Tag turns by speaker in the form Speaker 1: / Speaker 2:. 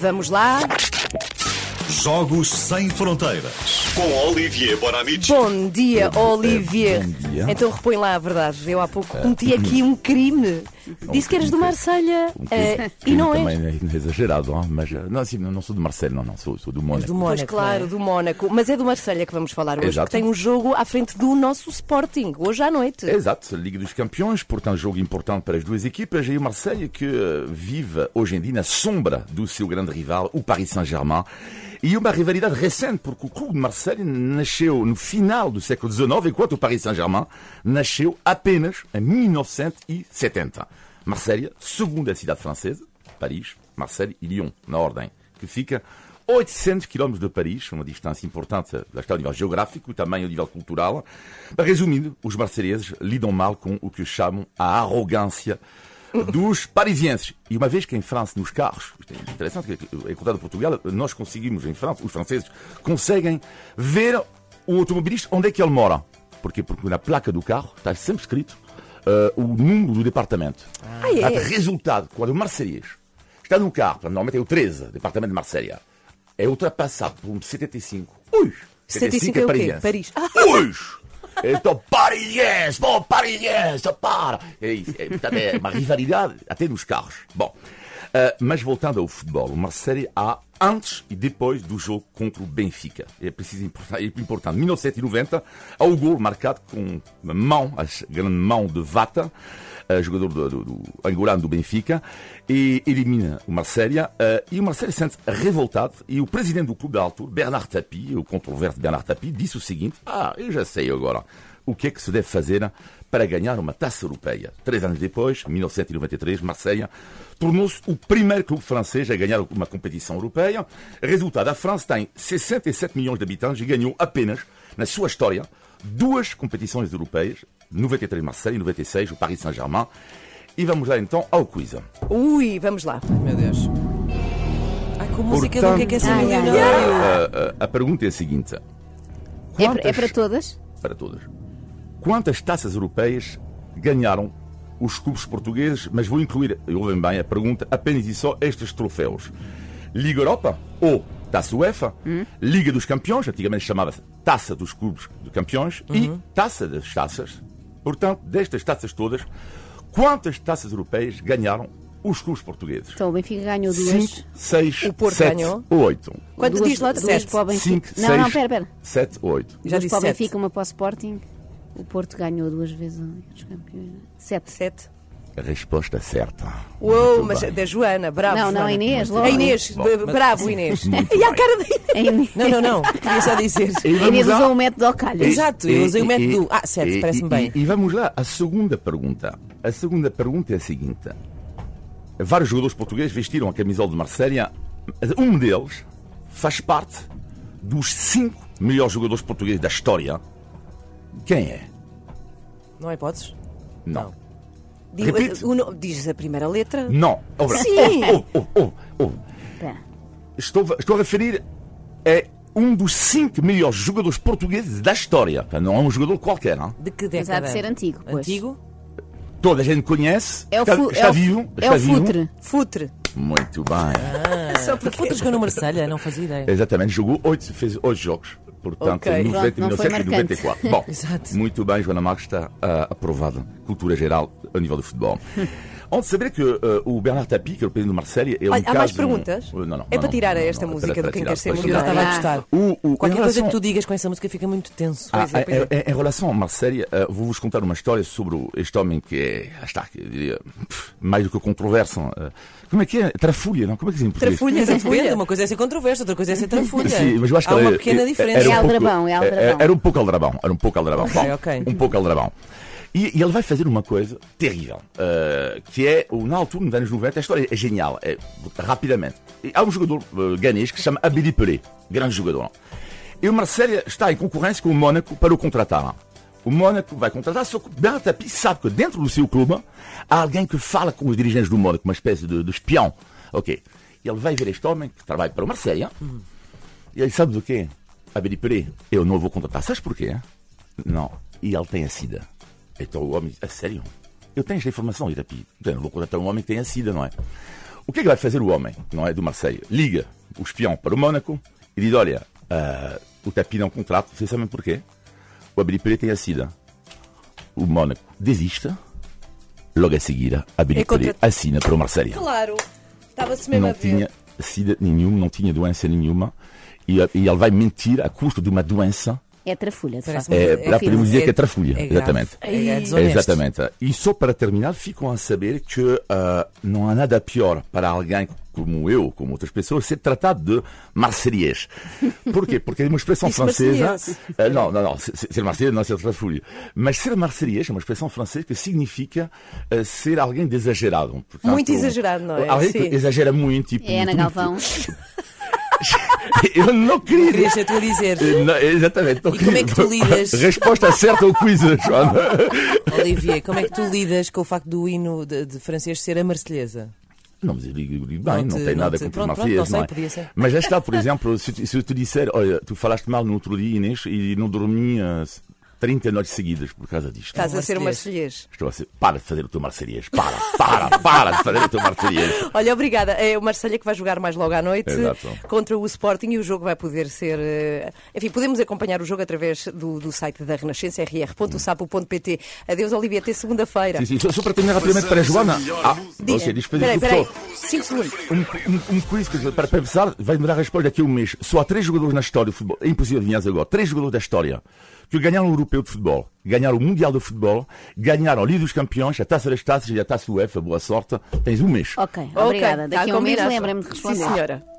Speaker 1: Vamos lá.
Speaker 2: Jogos Sem Fronteiras.
Speaker 3: Com Olivier Bonamici.
Speaker 1: Bom dia, Olivier.
Speaker 4: Bom dia. Ah.
Speaker 1: Então reponho lá a verdade. Eu há pouco cometi aqui um crime.
Speaker 4: É um
Speaker 1: Disse que eras do Marselha eh, e não és.
Speaker 4: também não é exagerado, hein? mas eh, não, assim, não sou do Marcelo, não, não, sou, sou do Mônaco.
Speaker 1: Pois claro, do é? Mónaco. Mas é do Marselha que vamos falar hoje,
Speaker 4: Exato.
Speaker 1: que tem um jogo à frente do nosso Sporting, hoje à noite.
Speaker 4: Exato, Liga dos Campeões, portanto, jogo importante para as duas equipas. E o Marseille que eh, vive hoje em dia na sombra do seu grande rival, o Paris Saint-Germain. E uma rivalidade recente, porque o clube de Marseille nasceu no final do século XIX, enquanto o Paris Saint-Germain nasceu apenas em 1970. Marseille, segunda cidade francesa, Paris, Marseille e Lyon, na ordem, que fica 800 km de Paris, uma distância importante, lá está, ao nível geográfico e também ao nível cultural. Resumindo, os marselheses lidam mal com o que chamam a arrogância dos parisienses. E uma vez que em França, nos carros, isto é interessante, que, em contrário de Portugal, nós conseguimos, em França, os franceses conseguem ver o automobilista onde é que ele mora. Porquê? Porque na placa do carro está sempre escrito eh, o número do departamento.
Speaker 1: Ah, é?
Speaker 4: Portanto, Resultado, quando o marcelês está no carro, normalmente é o 13, departamento de Marselha, é ultrapassado por um 75. Ui!
Speaker 1: 75 é o quê? Paris. Ah,
Speaker 4: Ui! Então, parisiense, bom, parisiense, para! É, isso, é, portanto, é uma rivalidade até nos carros. Bom, ah, mas voltando ao futebol, o Marseille há antes e depois do jogo contra o Benfica. É preciso importar, é importante. 1990, há o gol marcado com uma mão, a grande mão de Vata, ah, jogador do, do, do angolano do Benfica, e elimina o Marseille. ah, e o Marseille sente-se revoltado e o presidente do clube da altura, Bernard Tapie, o controverso Bernard Tapie, disse o seguinte, ah, eu já sei agora o que é que se deve fazer hein, para ganhar uma taça europeia. Três anos depois, e em 1993, Marseille tornou-se o primeiro clube francês a ganhar uma competição europeia. Resultado, a França tem 67 milhões de habitantes e ganhou apenas, na sua história, duas competições europeias, 93 Marseille e 96 o Paris Saint-Germain. E vamos lá então ao quiz.
Speaker 1: Ui, vamos lá.
Speaker 5: Meu Deus. Ai, com música do que é que é ser
Speaker 6: Portanto,
Speaker 5: milionário?
Speaker 4: Ah, ah, a pergunta é a seguinte.
Speaker 6: É, pra- é
Speaker 4: Quantas-
Speaker 6: para todas?
Speaker 4: para todas. Quantas taças europeias ganharam os clubes portugueses, mas vou incluir, e ouvem bem a pergunta, apenas e só estes troféus. Liga Europa ou Taça UEFA, Liga dos Campeões, antigamente chamava-se Taça dos Clubes de Campeões, e Taça das Taças. Portanto, destas taças todas, quantas taças europeias ganharam os clubes portugueses?
Speaker 6: Então o Benfica ganhou duas.
Speaker 4: 5, 6,
Speaker 1: O Porto
Speaker 4: 7
Speaker 1: ganhou?
Speaker 4: ou 8?
Speaker 1: Quanto
Speaker 6: duas,
Speaker 1: diz lá de
Speaker 6: duas
Speaker 1: sete?
Speaker 6: para o Benfica.
Speaker 4: 5,
Speaker 6: não, não, pera,
Speaker 4: 6,
Speaker 6: pera.
Speaker 4: 7, 8.
Speaker 5: Já
Speaker 6: duas
Speaker 5: disse
Speaker 6: para o
Speaker 5: sete.
Speaker 6: Benfica, uma para o Sporting. O Porto ganhou duas vezes a Liga dos Campeões. Sete.
Speaker 1: Sete.
Speaker 4: Resposta é certa.
Speaker 1: Uou,
Speaker 4: Muito
Speaker 1: mas
Speaker 4: bem.
Speaker 1: da Joana, bravo.
Speaker 6: Não, não,
Speaker 1: Joana.
Speaker 6: a Inês, logo.
Speaker 1: A Inês,
Speaker 4: Bom,
Speaker 1: b- bravo Inês.
Speaker 4: Muito
Speaker 1: E a
Speaker 4: bem.
Speaker 1: cara da Inês.
Speaker 6: A Inês,
Speaker 5: Não, não, não. Queria só dizer.
Speaker 4: E
Speaker 6: a Inês
Speaker 4: vamos lá.
Speaker 6: usou um método ao calho.
Speaker 5: Exato, eu usei o método. Ah, certo,
Speaker 4: e-
Speaker 5: parece-me
Speaker 4: e-
Speaker 5: bem.
Speaker 4: E, vamos lá, a segunda pergunta. A segunda pergunta é a seguinte: vários jogadores portugueses vestiram a camisola de Marselha. Um deles faz parte dos cinco melhores jogadores portugueses da história. Quem é?
Speaker 5: Não há hipóteses?
Speaker 4: Não.
Speaker 1: Diz,
Speaker 4: Repite.
Speaker 1: o no- diz a primeira letra.
Speaker 4: Não. Ouve lá.
Speaker 1: Sim.
Speaker 4: Ouve, ouve, ouve, ouve.
Speaker 6: Espera.
Speaker 4: oh, Estou, estou a referir é um dos cinco melhores jogadores portugueses da história. Não é um jogador qualquer, não?
Speaker 5: De que década?
Speaker 6: Mas
Speaker 4: Tá
Speaker 6: há de ser antigo, pois.
Speaker 5: Antigo?
Speaker 4: Toda a gente conhece.
Speaker 6: É o,
Speaker 4: está,
Speaker 6: fu-
Speaker 4: está
Speaker 6: é o-
Speaker 4: vivo.
Speaker 6: é o
Speaker 4: está vivo.
Speaker 6: Futre. Ah.
Speaker 1: Futre.
Speaker 4: Muito bem.
Speaker 5: Só porque Futres ganhou no Marselha, não fazia ideia.
Speaker 4: Exatamente. Jogou oito, fez oito jogos. Portanto,
Speaker 1: Ok.
Speaker 4: um, em 90,
Speaker 6: Pronto, não foi
Speaker 4: 1994. Bom,
Speaker 5: Exato.
Speaker 4: muito bem, Joana Marques está ah, aprovada. Cultura geral a nível do futebol. Onde de saber que ah, o Bernard Tapie, que é o presidente do Marseille, é um
Speaker 1: Olha, há
Speaker 4: caso-
Speaker 1: mais perguntas?
Speaker 4: Não, não, não,
Speaker 1: É para
Speaker 4: não,
Speaker 1: tirar
Speaker 4: não, não,
Speaker 1: esta
Speaker 4: não,
Speaker 1: música
Speaker 4: para-
Speaker 1: do
Speaker 4: para
Speaker 5: Quem
Speaker 4: tirar,
Speaker 5: quer ser
Speaker 4: para
Speaker 5: milionário
Speaker 4: tirar.
Speaker 5: estava a
Speaker 6: Ah.
Speaker 5: gostar.
Speaker 4: O- o-
Speaker 5: Qualquer
Speaker 4: em
Speaker 5: coisa
Speaker 4: relação-
Speaker 5: que tu digas com essa música fica muito tenso.
Speaker 4: um, Ah,
Speaker 1: é, pois
Speaker 4: é, é, em relação ao Marselha, eh, vou-vos contar uma história sobre o- este homem que é, ah, está, que eu diria, pff, mais do que controverso. eh, Como é que é? Trafulha, não? Como é que se diz em português?
Speaker 1: Trafulha,
Speaker 5: Mas depende,
Speaker 1: trafulha.
Speaker 5: uma coisa é ser controversa, outra coisa é ser trafulha.
Speaker 4: Sim, mas eu acho que
Speaker 5: Há uma
Speaker 4: era-
Speaker 5: pequena
Speaker 4: era-
Speaker 5: diferença.
Speaker 4: Era um pouco,
Speaker 6: aldrabão, é aldrabão.
Speaker 4: Era um pouco aldrabão, era um pouco aldrabão.
Speaker 5: Ok,
Speaker 4: Bom,
Speaker 5: ok.
Speaker 4: Um pouco aldrabão. E, e ele vai fazer uma coisa terrível, eh, que é, o- na altura, nos anos 90, a história é genial, é, rapidamente. E há um jogador eh, ganês que se chama Abedi Pelé, grande jogador. E o Marseille está em concorrência com o Mónaco para o contratar. O Mónaco vai contratar, só que Bernard Tapie sabe que dentro do seu clube há alguém que fala com os dirigentes do Mónaco, uma espécie de, de espião. Ok. E ele vai ver este homem que trabalha para o Marseille, e ele sabe do quê? A Beripere, eu não vou contratar. Sabes porquê? hein? Não. E ele tem a SIDA. Então o homem diz, a sério? Eu tenho esta informação, Irapi. Eu não vou contratar um homem que tem a SIDA, não é? O que é que vai fazer o homem, não é, do Marseille? Liga o espião para o Mónaco e diz, olha, ah, o Tapi não contrata, vocês sabem porquê? O Abiripere tem a sida. O Mónaco desiste, logo a seguir,
Speaker 5: É
Speaker 4: Abiripere
Speaker 5: contra-
Speaker 4: assina para o Marseille
Speaker 5: Claro. Estava-se mesmo
Speaker 4: não
Speaker 5: a ver.
Speaker 4: tinha sida nenhum, não tinha doença nenhuma. E, e ele vai mentir a custo de uma doença.
Speaker 6: É trafulha, de
Speaker 5: Parece
Speaker 6: facto.
Speaker 5: uma-
Speaker 4: É,
Speaker 5: é
Speaker 4: lá podemos dizer
Speaker 5: é-
Speaker 4: que é trafulha.
Speaker 5: é grave.
Speaker 4: exatamente.
Speaker 5: É, é desonesto.
Speaker 4: Exatamente. E só para terminar, ficam a saber que ah, não há nada pior para alguém como eu, como outras pessoas, ser tratado de marselhês. Porquê? Porque é uma expressão
Speaker 5: Diz
Speaker 4: francesa.
Speaker 5: marselhês.
Speaker 4: Ah, não, não, não. Ser ser marselhês não é ser trafulho. Mas ser marselhês é uma expressão francesa que significa ah, ser alguém de exagerado. Portanto,
Speaker 5: Muito exagerado, não é?
Speaker 4: Alguém que
Speaker 5: Sim.
Speaker 4: exagera muito. Tipo,
Speaker 6: É Ana
Speaker 4: muito-
Speaker 6: Galvão.
Speaker 4: Eu não queria.
Speaker 5: Querias a tu a dizer,
Speaker 4: Não, exatamente. não
Speaker 5: E como é que tu lidas?
Speaker 4: Resposta certa ao quiz, Joana.
Speaker 5: Olivier, como é que tu lidas com o facto do hino de, de francês ser a marselhesa?
Speaker 4: Não, mas eu digo, digo
Speaker 5: Não
Speaker 4: bem, não,
Speaker 5: te-
Speaker 4: tem
Speaker 5: não
Speaker 4: nada
Speaker 5: te-
Speaker 4: contra os
Speaker 5: pronto, pronto,
Speaker 4: marfias,
Speaker 5: não
Speaker 4: não,
Speaker 5: sei,
Speaker 4: é?
Speaker 5: podia ser.
Speaker 4: Mas lá está, por exemplo, se, tu- se eu te disser, olha, tu falaste mal no outro dia, Inês, e não dormi ah, 30 noites seguidas por causa disto.
Speaker 3: Estás a ser uma marselhês.
Speaker 5: Marselhês.
Speaker 4: Estou a dizer, para de fazer o teu marcerias, para, para, para de fazer o teu marcerias.
Speaker 3: Olha, obrigada. É o Marselha que vai jogar mais logo à noite
Speaker 4: Exato.
Speaker 3: contra o Sporting e o jogo vai poder ser. eh, Enfim, podemos acompanhar o jogo através do, do site da Renascença, rr.sapo.pt. Adeus, Olivia, até segunda-feira.
Speaker 4: Sim, sim, só, só para terminar rapidamente para a Joana. Ah, ok, diz para
Speaker 3: Peraí,
Speaker 4: dizer,
Speaker 3: peraí.
Speaker 4: só-
Speaker 3: Cinco segundos.
Speaker 4: Um, um, um quiz que, para pensar, vai me dar a resposta daqui a um mês. Só há três jogadores na história do futebol, é impossível adivinhar agora, três jogadores da história que ganharam o Europeu de Futebol, ganharam o Mundial de Futebol, ganharam a Liga dos Campeões, a Taça das Taças e a Taça UEFA. Boa sorte. Tens um mês.
Speaker 6: Ok, obrigada.
Speaker 3: Ok,
Speaker 6: Daqui
Speaker 3: tá
Speaker 6: a um mês
Speaker 3: combinado.
Speaker 6: lembrem-me de responder.
Speaker 3: Sim, senhora.